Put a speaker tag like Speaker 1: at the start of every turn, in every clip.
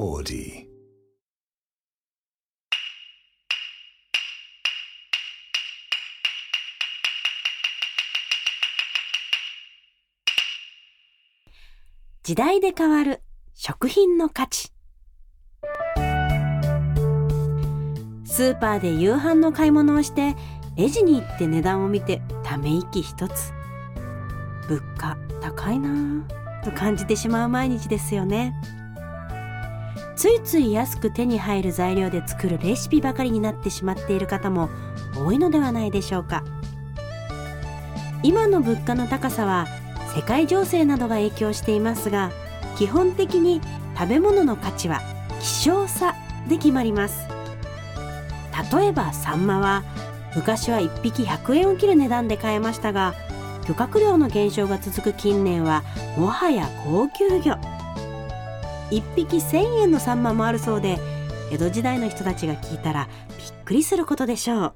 Speaker 1: Audi.
Speaker 2: 時代で変わる食品の価値スーパーで夕飯の買い物をしてレジに行って値段を見てため息一つ物価高いなぁと感じてしまう毎日ですよねついつい安く手に入る材料で作るレシピばかりになってしまっている方も多いのではないでしょうか今の物価の高さは世界情勢などが影響していますが基本的に食べ物の価値は希少さで決まります例えばサンマは昔は1匹100円を切る値段で買えましたが漁獲量の減少が続く近年はもはや高級魚1匹1,000円のサンマもあるそうで江戸時代の人たちが聞いたらびっくりすることでしょう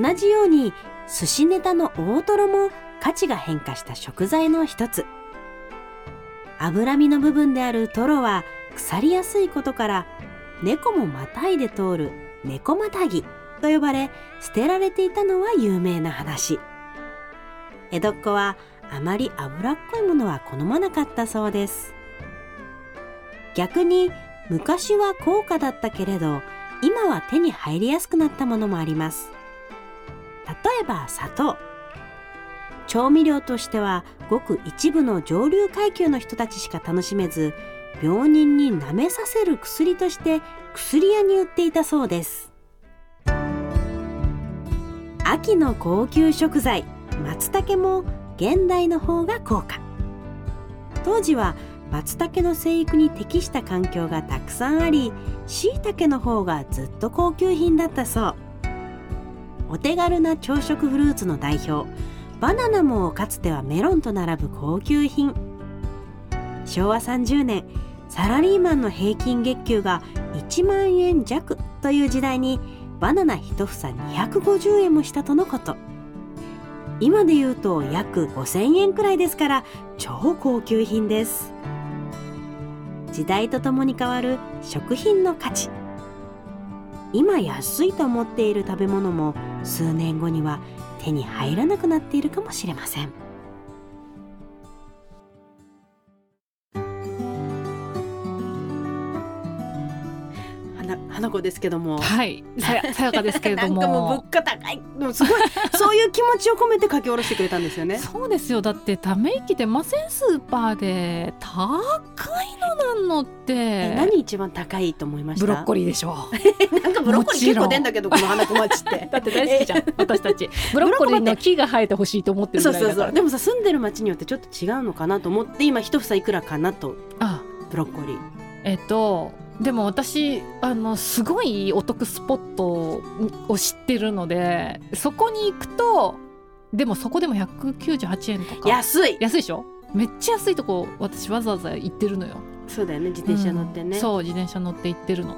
Speaker 2: 同じように寿司ネタの大トロも価値が変化した食材の一つ脂身の部分であるトロは腐りやすいことから猫もまたいで通る猫またぎと呼ばれ捨てられていたのは有名な話江戸っ子はあまり脂っこいものは好まなかったそうです逆に昔は高価だったけれど今は手に入りやすくなったものもあります例えば砂糖調味料としてはごく一部の上流階級の人たちしか楽しめず病人に舐めさせる薬として薬屋に売っていたそうです秋の高級食材松茸も現代の方が高価当時は松茸の生育に適した環境がたくさんあり椎茸の方がずっと高級品だったそうお手軽な朝食フルーツの代表バナナもかつてはメロンと並ぶ高級品昭和30年サラリーマンの平均月給が1万円弱という時代にバナナ1房250円もしたとのこと今で言うと約5,000円くらいですから超高級品です時代とともに変わる食品の価値今安いと思っている食べ物も数年後には手に入らなくなっているかもしれません花花子ですけども
Speaker 3: はい、さ やさやかですけれども。
Speaker 2: なんかもう物価高いでもすごいそういう気持ちを込めて書き下ろしてくれたんですよね
Speaker 3: そうですよだってため息出ませんスーパーで高いのなんのっ
Speaker 2: え
Speaker 3: て
Speaker 2: 何一番高いと思いました
Speaker 3: ブロッコリーでしょ う
Speaker 2: リーなんかブロッコリー結構出んだけどこの花子町って
Speaker 3: だって大好きじゃん私たちブロッコリーの木が生えてほしいと思ってる
Speaker 2: そ
Speaker 3: ぐ
Speaker 2: う
Speaker 3: らい
Speaker 2: そうそ
Speaker 3: だから
Speaker 2: うでもさ住んでる町によってちょっと違うのかなと思って今一房いくらかなと
Speaker 3: あ
Speaker 2: ブロッコリー
Speaker 3: えっとでも私あのすごいお得スポットを知ってるのでそこに行くとでもそこでも198円とか
Speaker 2: 安い
Speaker 3: 安いでしょめっちゃ安いとこ私わざわざ行ってるのよ
Speaker 2: そうだよね自転車乗ってね、
Speaker 3: うんそう自転車乗って行ってるの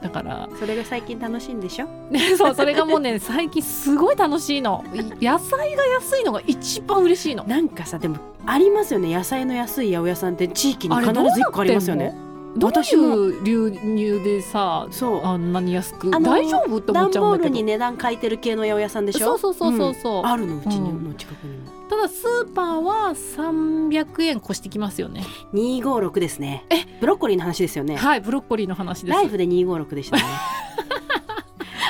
Speaker 3: だから
Speaker 2: それが最近楽しいんでしょ
Speaker 3: ねそうそれがもう ね最近すごい楽しいのい野菜が安いのが一番嬉しいの
Speaker 2: なんかさでもありますよね野菜の安い八百屋さんって地域に
Speaker 3: あれ
Speaker 2: 必ず
Speaker 3: どうなってん
Speaker 2: 一
Speaker 3: の
Speaker 2: 個ありますよね
Speaker 3: どう
Speaker 2: 私も
Speaker 3: いう流入でさ
Speaker 2: そう
Speaker 3: あんなに安く
Speaker 2: あの
Speaker 3: 大丈夫って思
Speaker 2: 段
Speaker 3: っちゃ
Speaker 2: ボ
Speaker 3: う
Speaker 2: ー
Speaker 3: んだ
Speaker 2: ル
Speaker 3: け
Speaker 2: に
Speaker 3: ど
Speaker 2: 値段書いてる系の八百屋さんでし
Speaker 3: そ
Speaker 2: ょ
Speaker 3: うそうそうそうそう、
Speaker 2: あるのうちに
Speaker 3: うん
Speaker 2: の近くにも
Speaker 3: ただスーパーは300円越してきま すよね
Speaker 2: 256ですね
Speaker 3: え
Speaker 2: ブロッコリーの話ですよね
Speaker 3: はいブロッコリーの話で
Speaker 2: ライ
Speaker 3: す
Speaker 2: フで256でしたね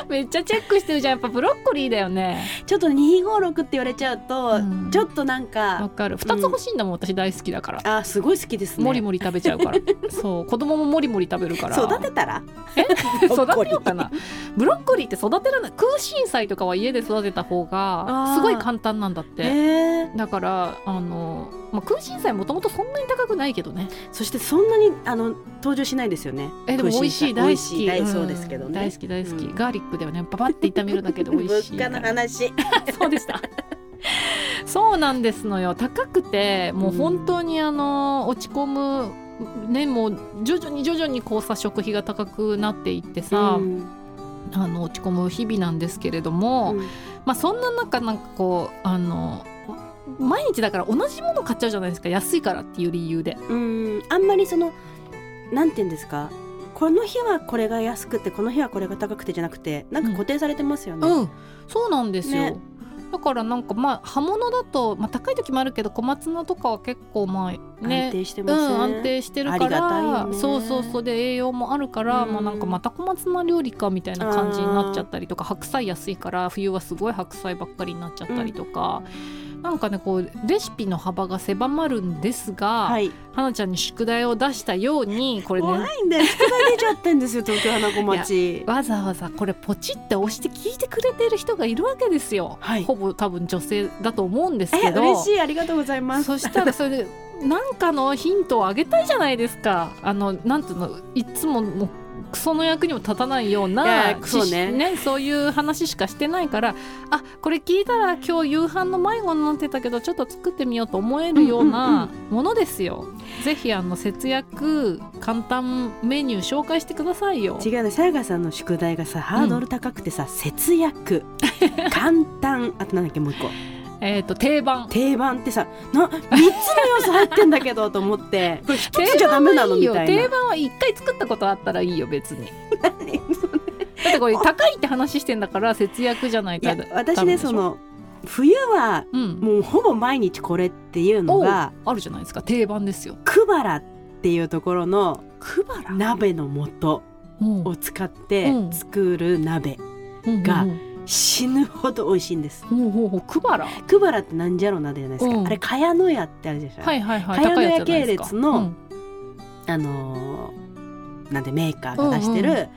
Speaker 3: めっちゃチェックしてるじゃんやっぱブロッコリーだよね
Speaker 2: ちょっと256って言われちゃうと、
Speaker 3: うん
Speaker 2: ちょっとなん
Speaker 3: わ
Speaker 2: か
Speaker 3: かる2つ欲しいんだもん、私大好きだから
Speaker 2: あすごい好きですね
Speaker 3: もりもり食べちゃうから そう子供ももりもり食べるから
Speaker 2: 育てたら
Speaker 3: 育てようかなブロッコリーって育てられない空心菜とかは家で育てた方
Speaker 2: あー
Speaker 3: がすごい簡単なんだって
Speaker 2: へえ
Speaker 3: だからあの、まあ、空心菜もともとそんなに高くないけどね
Speaker 2: そしてそんなにあの登場しないですよね
Speaker 3: えでも美味しい
Speaker 2: 空
Speaker 3: 大
Speaker 2: 心
Speaker 3: 好
Speaker 2: 菜
Speaker 3: き
Speaker 2: 美味しい大
Speaker 3: ん
Speaker 2: そうですけどね
Speaker 3: 大好き大好き、
Speaker 2: うん
Speaker 3: ガーリックだよねパパって炒めるだけで美味しいか
Speaker 2: 物価
Speaker 3: ら
Speaker 2: の話
Speaker 3: そうでしたそうなんですのよ高くてもう本当にあの落ち込むねもう徐々に徐々にこうさ食費が高くなっていってさ、
Speaker 2: うん
Speaker 3: あの落ち込む日々なんですけれども、
Speaker 2: うん
Speaker 3: まあ、そんな中なんかこうあの毎日だから同じもの買っちゃうじゃないですか安いからっていう理由で
Speaker 2: うんあんまりそのなんて言うんですかこの日はこれが安くてこの日はこれが高くてじゃなくてなんか固定されてますよね、
Speaker 3: うん、そうなんですよ。
Speaker 2: ね
Speaker 3: だからなんかまあ刃物だと、まあ、高い時もあるけど小松菜とかは結構まあ
Speaker 2: 安
Speaker 3: ね
Speaker 2: 定して
Speaker 3: う
Speaker 2: ま
Speaker 3: ん
Speaker 2: すね、
Speaker 3: 安定してるから
Speaker 2: ありがたいよね
Speaker 3: そうそうそうで栄養もあるから、
Speaker 2: うん
Speaker 3: まあ、なんかまた小松菜料理かみたいな感じになっちゃったりとか白菜安いから冬はすごい白菜ばっかりになっちゃったりとか、なんかねこうレシピの幅が狭まるんですが、
Speaker 2: はい
Speaker 3: はなちゃんに宿題を出したようにこれね
Speaker 2: 怖いんだよ宿題出ちゃってんですよ東京花子町
Speaker 3: わざわざこれポチって押して聞いてくれてる人がいるわけですよ、
Speaker 2: はい
Speaker 3: ほぼ多分女性だと思うんです
Speaker 2: え
Speaker 3: けど
Speaker 2: 嬉しいありがとうございます
Speaker 3: そしたらそれでなんかのヒントをあげたいじゃないですかあのなんていうのいつももうクソの役にも立たないよう
Speaker 2: いや
Speaker 3: ない
Speaker 2: やクソね
Speaker 3: 知識そういう話しかしてないからあこれ聞いたら今日夕飯の迷子になってたけどちょっと作ってみようと思えるようなものですよ、ぜひあの節約簡単メニュー紹介してくださいよ
Speaker 2: 違うねさやかさんの宿題がさハードル高くてさ、節約簡単あとなんだっけもう一個
Speaker 3: えっ、と定番
Speaker 2: 定番ってさな3つの要素入ってんだけどと思ってこれ1つじゃダメなの
Speaker 3: いい
Speaker 2: み
Speaker 3: よ
Speaker 2: たい
Speaker 3: 定
Speaker 2: な
Speaker 3: 番は一回作ったことあったらいいよ別にだってこれ高いって話してんだから節約じゃない
Speaker 2: い
Speaker 3: か
Speaker 2: や
Speaker 3: ら
Speaker 2: 私ねその冬は
Speaker 3: うん
Speaker 2: もうほぼ毎日これっていうのが
Speaker 3: あるじゃないですか定番ですよ
Speaker 2: クバラっていうところの
Speaker 3: クバラ
Speaker 2: 鍋の素
Speaker 3: うん
Speaker 2: を使って
Speaker 3: うん
Speaker 2: 作る鍋が死ぬほど美味しいんです
Speaker 3: うんうんうんほうほうほうクバラは
Speaker 2: クバラってなんじゃろうなじゃないですか、
Speaker 3: うん
Speaker 2: あれ茅野屋ってあるでしょ、
Speaker 3: いはいはい
Speaker 2: 茅
Speaker 3: 高
Speaker 2: 野
Speaker 3: いや
Speaker 2: 屋
Speaker 3: つじゃ
Speaker 2: 系
Speaker 3: ないです
Speaker 2: 列
Speaker 3: か
Speaker 2: のあのーなんでメーカーが出してる、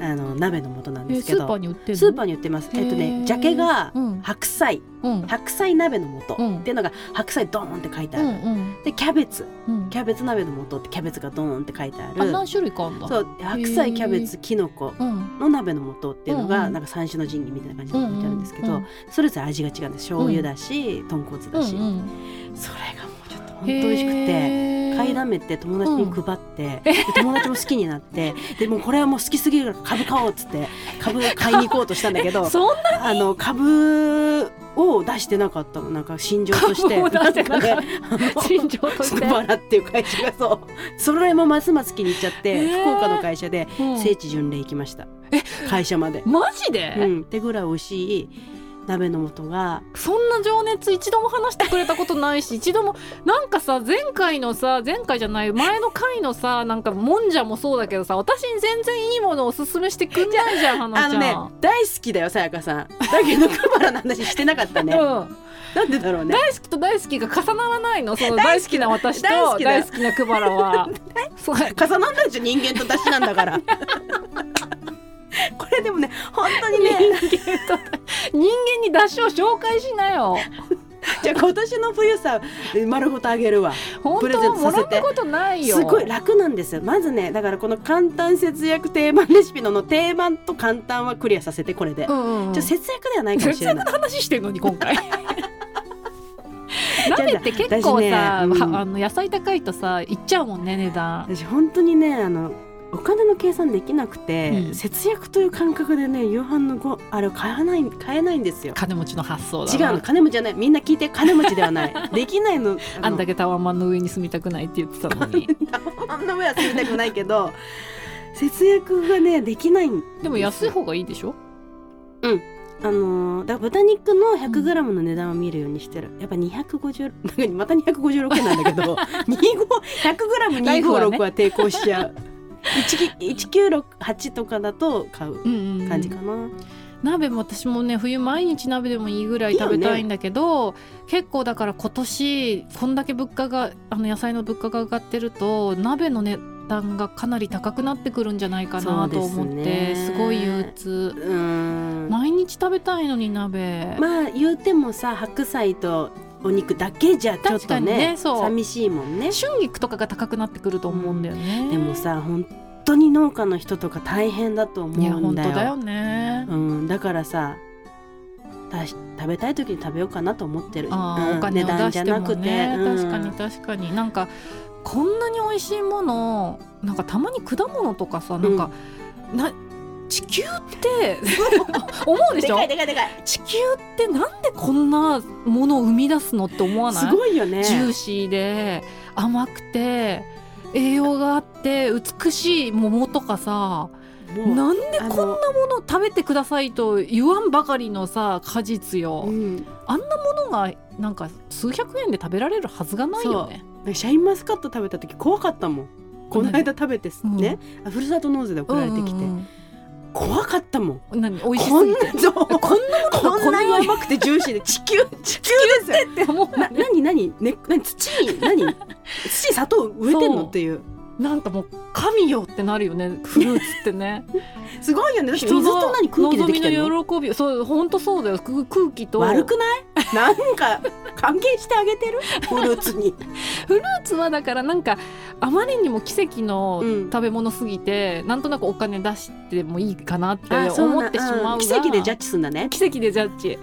Speaker 2: あの鍋の素なん
Speaker 3: うんえ
Speaker 2: です
Speaker 3: ス
Speaker 2: けど
Speaker 3: ーパーに売ってる
Speaker 2: スーパーに売ってます。
Speaker 3: へー
Speaker 2: えっとね、ジャケが
Speaker 3: うん
Speaker 2: 白菜、
Speaker 3: うん
Speaker 2: 白菜鍋の素
Speaker 3: うん
Speaker 2: っていうのが白菜ドーンって書いてあ
Speaker 3: う
Speaker 2: る。
Speaker 3: んうん
Speaker 2: で、キャベツ、
Speaker 3: うん
Speaker 2: キャベツ鍋の素ってキャベツがドーンって書いてあ
Speaker 3: あ
Speaker 2: る。
Speaker 3: 何種類かあんだ
Speaker 2: そう、白菜、
Speaker 3: へー
Speaker 2: キャベツ、キノコ
Speaker 3: うん
Speaker 2: の鍋の素っていうの
Speaker 3: うんう
Speaker 2: が
Speaker 3: ん
Speaker 2: なんか三種の神器みたいな感じで書いてあるんですけ
Speaker 3: うんうん
Speaker 2: ど
Speaker 3: うん、
Speaker 2: それぞれ味が違うんです。醤油だし、豚骨
Speaker 3: う
Speaker 2: だ
Speaker 3: ん
Speaker 2: し、それが
Speaker 3: う
Speaker 2: も
Speaker 3: ん
Speaker 2: うちょっと本当美味しくて。
Speaker 3: て
Speaker 2: 買いだめて友達に配って、で友達も好きになっ てでもうこれはもう好きすぎるから株買おうっつって株買いに行こうとしたんだけど
Speaker 3: そんな
Speaker 2: あの株を出してなかったのなんか心情として
Speaker 3: 株を出してなかった
Speaker 2: んかねあの
Speaker 3: 心情とし
Speaker 2: ス
Speaker 3: て
Speaker 2: クバラっていう会社がそうそれもますます気に入っちゃって、
Speaker 3: へー
Speaker 2: 福岡の会社で
Speaker 3: うん
Speaker 2: 聖地巡礼行きました会社まで。
Speaker 3: マジ
Speaker 2: う
Speaker 3: で、
Speaker 2: ん、ってぐらい美味しい鍋の素が
Speaker 3: そんな情熱一度も話してくれたことないし一度もなんかさ前回のさ前回じゃない前の回のさなんかもんじゃもそうだけどさ私に全然いいものをおすすめしてくんない じゃん
Speaker 2: あ
Speaker 3: 花ち
Speaker 2: の
Speaker 3: ゃん。
Speaker 2: ね大好きだよさやかさんだけどクバラの話してなかったね、
Speaker 3: うん、
Speaker 2: なんでだろうね
Speaker 3: 大好きと大好きが重ならないのその大好きな私と
Speaker 2: 大好きだ
Speaker 3: 大好きなクバラ はそう
Speaker 2: 重なんないでしょ人間と出汁なんだから これでもね本当に
Speaker 3: 人
Speaker 2: ね
Speaker 3: 間と人間に出汁を紹介しなよ
Speaker 2: じゃあ今年の冬さ丸ごとあげるわ
Speaker 3: 本
Speaker 2: プレ
Speaker 3: 当
Speaker 2: ゼン
Speaker 3: は
Speaker 2: ト
Speaker 3: も
Speaker 2: さ
Speaker 3: ら
Speaker 2: せ
Speaker 3: ってたことないよ
Speaker 2: すごい楽なんですよまずねだからこの簡単節約定番レシピのの定番と簡単はクリアさせてこれで、
Speaker 3: うんうんうん
Speaker 2: じゃあ節約ではないかもしれ ない
Speaker 3: 話してるのに 今回
Speaker 2: じゃあ
Speaker 3: 鍋って結構さ、
Speaker 2: 私ねうん
Speaker 3: はあの野菜高いとさいっちゃうもんね値段
Speaker 2: 私本当にねあのお金の計算できなくて、
Speaker 3: うん
Speaker 2: 節約という感覚でね夕飯のごあれを買わない買えないんですよ
Speaker 3: 金持ちの発想だ
Speaker 2: 違う
Speaker 3: な
Speaker 2: の金持ちじゃないみんな聞いて金持ちではない できないの
Speaker 3: あん
Speaker 2: の
Speaker 3: だけタワマンの上に住みたくないって言ってた のに
Speaker 2: あんな上は住みたくないけど節約がねできないん
Speaker 3: でも安い方がいいでしょ
Speaker 2: あのーだから豚肉の 100g の値段を見るようにしてるやっぱ250なんかまた256円なんだけ ど
Speaker 3: ライフは
Speaker 2: 100g256
Speaker 3: ね
Speaker 2: は抵抗しち ゃう、1968とかだと買う
Speaker 3: うんうん
Speaker 2: 感じかな、
Speaker 3: 鍋も私もね冬毎日鍋でもいいぐらい食べたいんだけど結構だから今年こんだけ物価があの野菜の物価が上がってると鍋の値段がかなり高くなってくるんじゃないかなと思っ
Speaker 2: そう
Speaker 3: て,、
Speaker 2: ですすね
Speaker 3: ごい憂鬱
Speaker 2: うーんま
Speaker 3: 毎日食べたいのに鍋、
Speaker 2: あ言うてもさ白菜とお肉だけじゃちょっ
Speaker 3: 確か
Speaker 2: と
Speaker 3: にね
Speaker 2: ね
Speaker 3: そう
Speaker 2: 寂しいもんね
Speaker 3: 春菊とかが高くなってくると思うんだよね、
Speaker 2: でもさ本当に農家の人とか大変だと思
Speaker 3: いや
Speaker 2: うん
Speaker 3: 本当
Speaker 2: だよ
Speaker 3: だよね、
Speaker 2: うん、だからさだし食べたい時に食べようかなと思ってる、
Speaker 3: あー
Speaker 2: うん
Speaker 3: お金を
Speaker 2: 値段
Speaker 3: 出
Speaker 2: じ
Speaker 3: し
Speaker 2: ゃ
Speaker 3: て
Speaker 2: な
Speaker 3: も
Speaker 2: くて、
Speaker 3: ね、
Speaker 2: うん
Speaker 3: 確かに確かになんかこんなに美味しいものなんかたまに果物とかさなんか、な地球って思うで
Speaker 2: で
Speaker 3: しょ
Speaker 2: かいでかいでかい
Speaker 3: 地球ってなんでこんなものを生み出すのって思わない
Speaker 2: すごいよね
Speaker 3: ジューシーで甘くて栄養があって美しい桃とかさ
Speaker 2: もう
Speaker 3: なんで
Speaker 2: あの
Speaker 3: こんなもの食べてくださいと言わんばかりのさ果実よ、
Speaker 2: うん
Speaker 3: あんなものがなんか数百円で食べられるはずがないよね
Speaker 2: シャインマスカット食べた時怖かったもんこの間食べて
Speaker 3: うん
Speaker 2: ね、あふるさと納税で送られてきて、
Speaker 3: うん
Speaker 2: 怖かったもん
Speaker 3: うん何美味し
Speaker 2: こ
Speaker 3: す
Speaker 2: ん
Speaker 3: ぎ
Speaker 2: な
Speaker 3: て
Speaker 2: そうこ
Speaker 3: こんなものが
Speaker 2: ん
Speaker 3: こ
Speaker 2: な
Speaker 3: んな
Speaker 2: に
Speaker 3: に
Speaker 2: 甘くてジューシーで地球地球ですよ
Speaker 3: って思 う
Speaker 2: な何何ね何土に何 土に砂糖植えてん
Speaker 3: そ
Speaker 2: の
Speaker 3: う
Speaker 2: っていう
Speaker 3: なんかもう神よってなるよねフルーツって ね
Speaker 2: すごいよねだって水と何空気でできてるの
Speaker 3: 望みの喜びそう本当そうだよく空気と
Speaker 2: 悪くないなんか関係してあげてるフルーツに
Speaker 3: フルーツはだからなんかあまりにも奇跡の
Speaker 2: うん
Speaker 3: 食べ物すぎて、なんとなくお金出してもいいかなって
Speaker 2: あそうな
Speaker 3: 思ってしまうが
Speaker 2: ん奇跡でジャッジすんだ ね
Speaker 3: 奇跡でジャッジ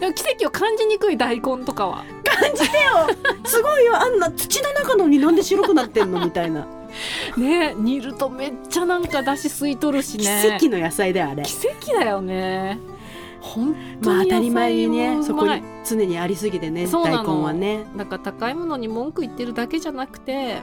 Speaker 3: でも奇跡を感じにくい大根とかは
Speaker 2: 感じてよすごいよあんな土の中のになんで白くなってんのみたいな、
Speaker 3: ね煮るとめっちゃなんか出汁吸い取るし
Speaker 2: 奇
Speaker 3: ね
Speaker 2: 跡の野菜だよあれ
Speaker 3: 奇跡だよね本当
Speaker 2: まあ当
Speaker 3: に
Speaker 2: たり
Speaker 3: 野
Speaker 2: 前
Speaker 3: 菜
Speaker 2: に
Speaker 3: も
Speaker 2: ね
Speaker 3: う
Speaker 2: そこ
Speaker 3: まい
Speaker 2: に常にありすぎてね
Speaker 3: そう
Speaker 2: 大
Speaker 3: なの
Speaker 2: 根はね
Speaker 3: なんか高いものに文句言ってるだけじゃなくて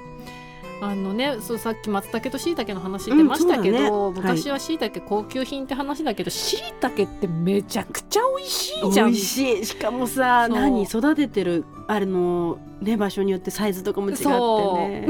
Speaker 3: あのねそうさっき松茸と椎茸の話出ましたけど、
Speaker 2: うんそうだね
Speaker 3: 昔は椎茸高級品って話だけど、椎茸ってめちゃくちゃ美味しいじ
Speaker 2: 美
Speaker 3: ゃん
Speaker 2: 味しいしかもさ
Speaker 3: そう
Speaker 2: 何育ててるあれのね場所によってサイズとかも違ってね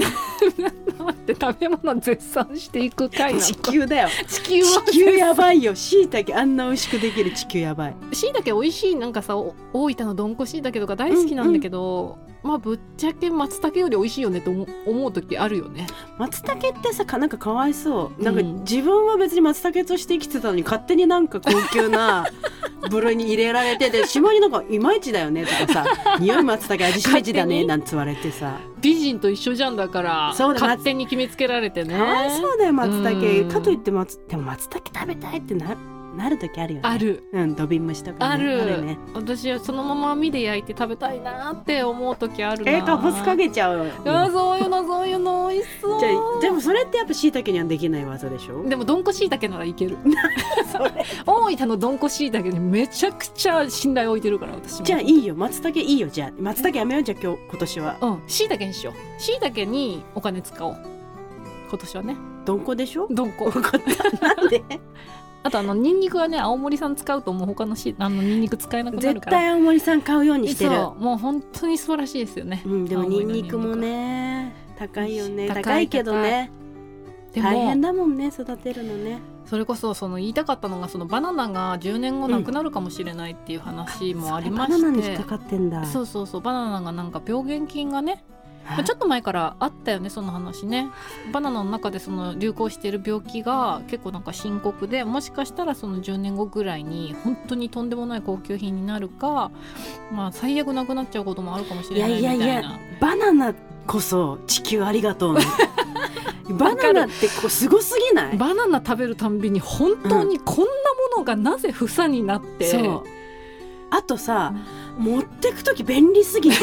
Speaker 3: 待って食べ物絶賛していく回なの
Speaker 2: 地球だよ
Speaker 3: 地球は
Speaker 2: 地球やばいよ椎茸あんな美味しくできる地球やばい
Speaker 3: 椎茸美味しいなんかさお大分のどんこ椎茸とか大好きなんだけど、まあぶっちゃけ松茸より美味しいよねと思思う時あるよね
Speaker 2: 松茸ってさかなんかかわいそうなんか
Speaker 3: うん
Speaker 2: 自分は別に松茸として生きてたのに勝手になんか高級 な部類に入れられててしまいになんかいまいちだよねとか さ匂い松茸味しまいちだ
Speaker 3: 勝手
Speaker 2: ね
Speaker 3: に
Speaker 2: なんつわれてさ
Speaker 3: 美人と一緒じゃんだから
Speaker 2: そうだ
Speaker 3: 勝手に決めつけられてね
Speaker 2: かわいそうだよ松
Speaker 3: うん
Speaker 2: 茸かといって松でも松茸食べたいってななる時あるよね
Speaker 3: ある
Speaker 2: うん土瓶蒸しとかね、
Speaker 3: ある
Speaker 2: ね
Speaker 3: 私はそのまま網で焼いて食べたいなって思う時あるな
Speaker 2: えー、かぼすかけちゃうよ
Speaker 3: いやそういうのそういうの美味しそう
Speaker 2: じゃあでもそれってやっぱ椎茸にはできない技でしょ
Speaker 3: でもどんこしいたけならいける
Speaker 2: それ
Speaker 3: 大分のどんこしいたけにめちゃくちゃ信頼を置いてるから私も
Speaker 2: じゃあいいよ松茸いいよじゃあ松茸やめようじゃあ今日今年は
Speaker 3: うんしいたけにしようしいたけにお金使おう今年はね
Speaker 2: どんこでし ょ
Speaker 3: どん こ
Speaker 2: 分かったなんで
Speaker 3: あとあのニンニクはね青森産使うともう他のしあのニンニク使えなくなる
Speaker 2: 絶
Speaker 3: から
Speaker 2: 対青森さん買うようにしてる
Speaker 3: そうもう本当に素晴らしいですよね
Speaker 2: うんでも
Speaker 3: 青
Speaker 2: ニ
Speaker 3: 森
Speaker 2: ン
Speaker 3: のニ
Speaker 2: ニ
Speaker 3: ンニ
Speaker 2: ク
Speaker 3: ク
Speaker 2: もね高いよね
Speaker 3: 高
Speaker 2: 高
Speaker 3: い
Speaker 2: いけどね
Speaker 3: でも
Speaker 2: 大変だもんね育てるのね
Speaker 3: それこそその言いたかったのがそのバナナが10年後なくなるかもしれないっていう話もありま
Speaker 2: そ
Speaker 3: し
Speaker 2: れバナナに
Speaker 3: て、
Speaker 2: 引っかかってんだ
Speaker 3: そうそうそうバナナがなんか病原菌がね、まあち
Speaker 2: ょ
Speaker 3: ょっと前からあったよねその話ねバナナの中でその流行している病気が結構なんか深刻でもしかしたらその10年後ぐらいに本当にとんでもない高級品になるかまあ最悪なくなっちゃうこともあるかもしれないみたいな。
Speaker 2: いやいやいやバナナこそ地球ありがとうね バナナってこうすごすぎない
Speaker 3: バナナ食べるたんびに本当にこんなものがなぜ房になって、
Speaker 2: そうあとさ、持ってく時便利すぎ て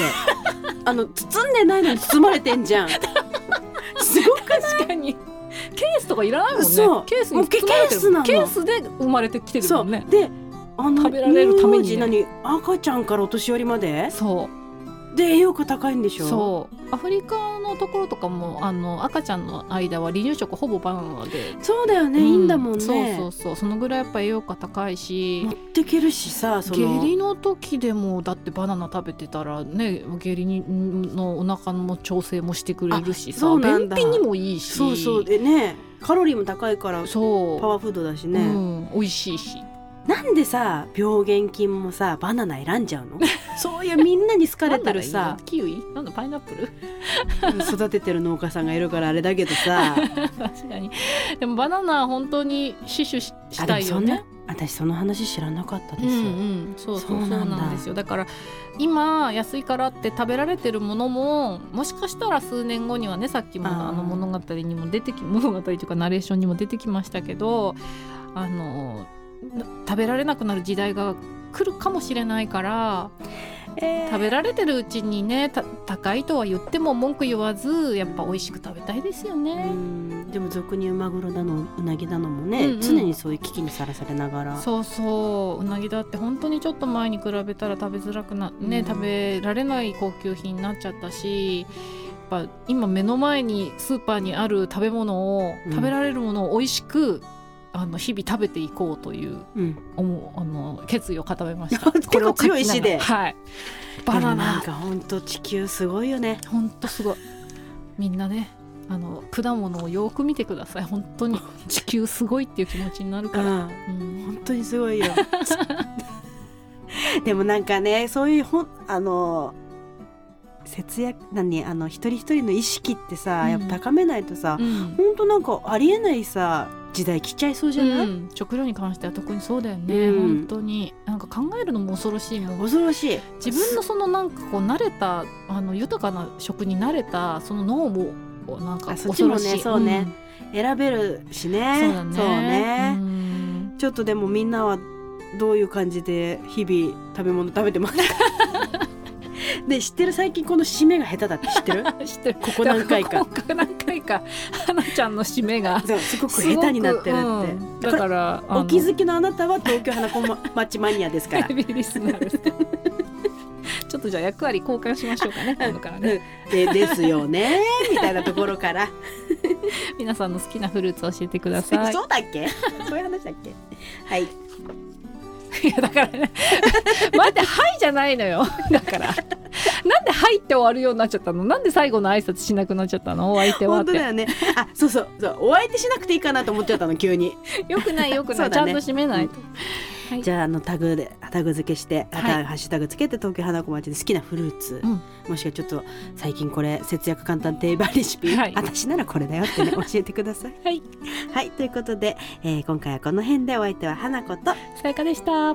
Speaker 2: あの包んでないのに包まれてんじゃんすごく
Speaker 3: 確かにケースとかいらないもんね
Speaker 2: そう
Speaker 3: ケースに包まれてるもん
Speaker 2: もうケ
Speaker 3: ケ
Speaker 2: ー
Speaker 3: ー
Speaker 2: ス
Speaker 3: スで生まれてきてる
Speaker 2: そ
Speaker 3: も
Speaker 2: うん
Speaker 3: ね
Speaker 2: であの
Speaker 3: 食べられるため
Speaker 2: 乳幼
Speaker 3: にね
Speaker 2: 児何赤ちゃんからお年寄りまで
Speaker 3: そう
Speaker 2: で栄養価高いんでしょ
Speaker 3: そうアフリカのところとかもあの赤ちゃんの間は離乳食ほぼバナナで、
Speaker 2: そうだよね、
Speaker 3: う
Speaker 2: いいんだもんね
Speaker 3: そうそうそうそのぐらいやっぱ栄養価高いし
Speaker 2: 持ってけるしさそ
Speaker 3: 下
Speaker 2: の
Speaker 3: 痢の時でもだってバナナ食べてたらね下痢にのお腹の調整もしてくれるし
Speaker 2: あそ
Speaker 3: さ
Speaker 2: うなん
Speaker 3: 便
Speaker 2: だ
Speaker 3: 秘にもいいし
Speaker 2: そうそうでねカロリーも高いから
Speaker 3: そう
Speaker 2: パワーフードだし
Speaker 3: う
Speaker 2: ね、
Speaker 3: ん、美味しいし
Speaker 2: なんでさ病原菌もさバナナ選んじゃう のそういうみんなに好かれてる
Speaker 3: なんだ
Speaker 2: さ
Speaker 3: ろうキウイなんだパイナップル
Speaker 2: 育ててる農家さんがいるからあれだけどさ
Speaker 3: 確かにでもバナナは本当に死守し し
Speaker 2: あ
Speaker 3: た
Speaker 2: でも
Speaker 3: い
Speaker 2: そ
Speaker 3: よ
Speaker 2: んな
Speaker 3: ね
Speaker 2: 私その話知らなかったで
Speaker 3: う
Speaker 2: す、
Speaker 3: んうん、そうそうそ
Speaker 2: そうう
Speaker 3: な
Speaker 2: なんだ
Speaker 3: んですよだから今安いからって食べられてるものももしかしたら数年後にはねさっきも
Speaker 2: あー
Speaker 3: あの物語にも出てき物語というかナレーションにも出てきましたけどあの食べられなくなる時代が来るかもしれないから
Speaker 2: えー
Speaker 3: 食べられてるうちにねた高いとは言っても文句言わずやっぱ美味しく食べたいですよ
Speaker 2: う
Speaker 3: ね、
Speaker 2: んでも俗にマグロだのうなぎだのもね、
Speaker 3: うんうん
Speaker 2: 常にそういう危機にさらされながら
Speaker 3: そうそううなぎだって本当にちょっと前に比べたら食べづらくなね、
Speaker 2: うん
Speaker 3: 食べられない高級品になっちゃったしやっぱ今目の前にスーパーにある食べ物を、
Speaker 2: うん
Speaker 3: 食べられるものを美味しくあの日々食べていこうという
Speaker 2: うん、
Speaker 3: 思うあの決意を固めまし た。
Speaker 2: これを強い意志で
Speaker 3: はい。バナ
Speaker 2: でもなん
Speaker 3: ナ
Speaker 2: か本当地球すごいよね
Speaker 3: 本当すごい。みんなねあの果物をよく見てください。本当に地球すごいっていう気持ちになる
Speaker 2: う
Speaker 3: から。
Speaker 2: ん
Speaker 3: うん
Speaker 2: 本当にすごいよ でもなんかねそういうほんあの節約何あの一人一人の意識ってさ、
Speaker 3: うん
Speaker 2: やっぱ高めないとさ、
Speaker 3: うん
Speaker 2: ほんとなんかありえないさ時代来ちゃいそうじゃない、
Speaker 3: うん食料に関しては特にそうだよね、
Speaker 2: うん
Speaker 3: 本当になんか考えるのも恐ろしいもん
Speaker 2: 恐ろしい
Speaker 3: 自分のそのなんかこう慣れたあの豊かな食に慣れたその脳もなんか
Speaker 2: あそっち
Speaker 3: 恐
Speaker 2: も
Speaker 3: ろ
Speaker 2: ね
Speaker 3: しい
Speaker 2: そうね選べるし
Speaker 3: うん
Speaker 2: ね
Speaker 3: そうだね
Speaker 2: ね
Speaker 3: うん
Speaker 2: ちょっとでもみんなはどういう感じで日々食べ物食べてます かで知ってる最近この締めが下手だって知って る
Speaker 3: 知ってる
Speaker 2: ここ何回か
Speaker 3: ここ何回か花ちゃんの締めが
Speaker 2: そうすごく下手になってるって、
Speaker 3: すごくうんだから
Speaker 2: お気
Speaker 3: き
Speaker 2: づきのあなたは東京花子まマッチマニアです から
Speaker 3: ヘ。ビーリスナーですから ちょっとじゃあ役割交換しましょうかね今度からね
Speaker 2: でですよねみたいなところから。
Speaker 3: 皆さんの好きなフルーツ教えてください
Speaker 2: そうだっけ？そういう話だっけ？はい。
Speaker 3: いやだからね待って「はい」じゃないのよ だからなんで「はい」って終わるようになっちゃったのなんで最後の挨拶しなくなっちゃったのお相手はっ
Speaker 2: 本当
Speaker 3: て
Speaker 2: だよね。あ、そうそうそう。お相手しなくていいかなと思っちゃったの急に。
Speaker 3: よくないよく
Speaker 2: そ
Speaker 3: な
Speaker 2: う
Speaker 3: い、ち
Speaker 2: だ
Speaker 3: ゃ
Speaker 2: ね
Speaker 3: んと締めないと、
Speaker 2: じゃああのタグでタグ付けして、あ
Speaker 3: はい
Speaker 2: タグハッシュタグつけて東京花子町で好きなフルーツ、
Speaker 3: うん
Speaker 2: もしくはちょっと最近これ節約簡単定番レシピ、
Speaker 3: はい
Speaker 2: 私ならこれだよってね教えてください。
Speaker 3: はい、
Speaker 2: はいということで、えー今回はこの辺でお相手は花子と
Speaker 3: さやかでした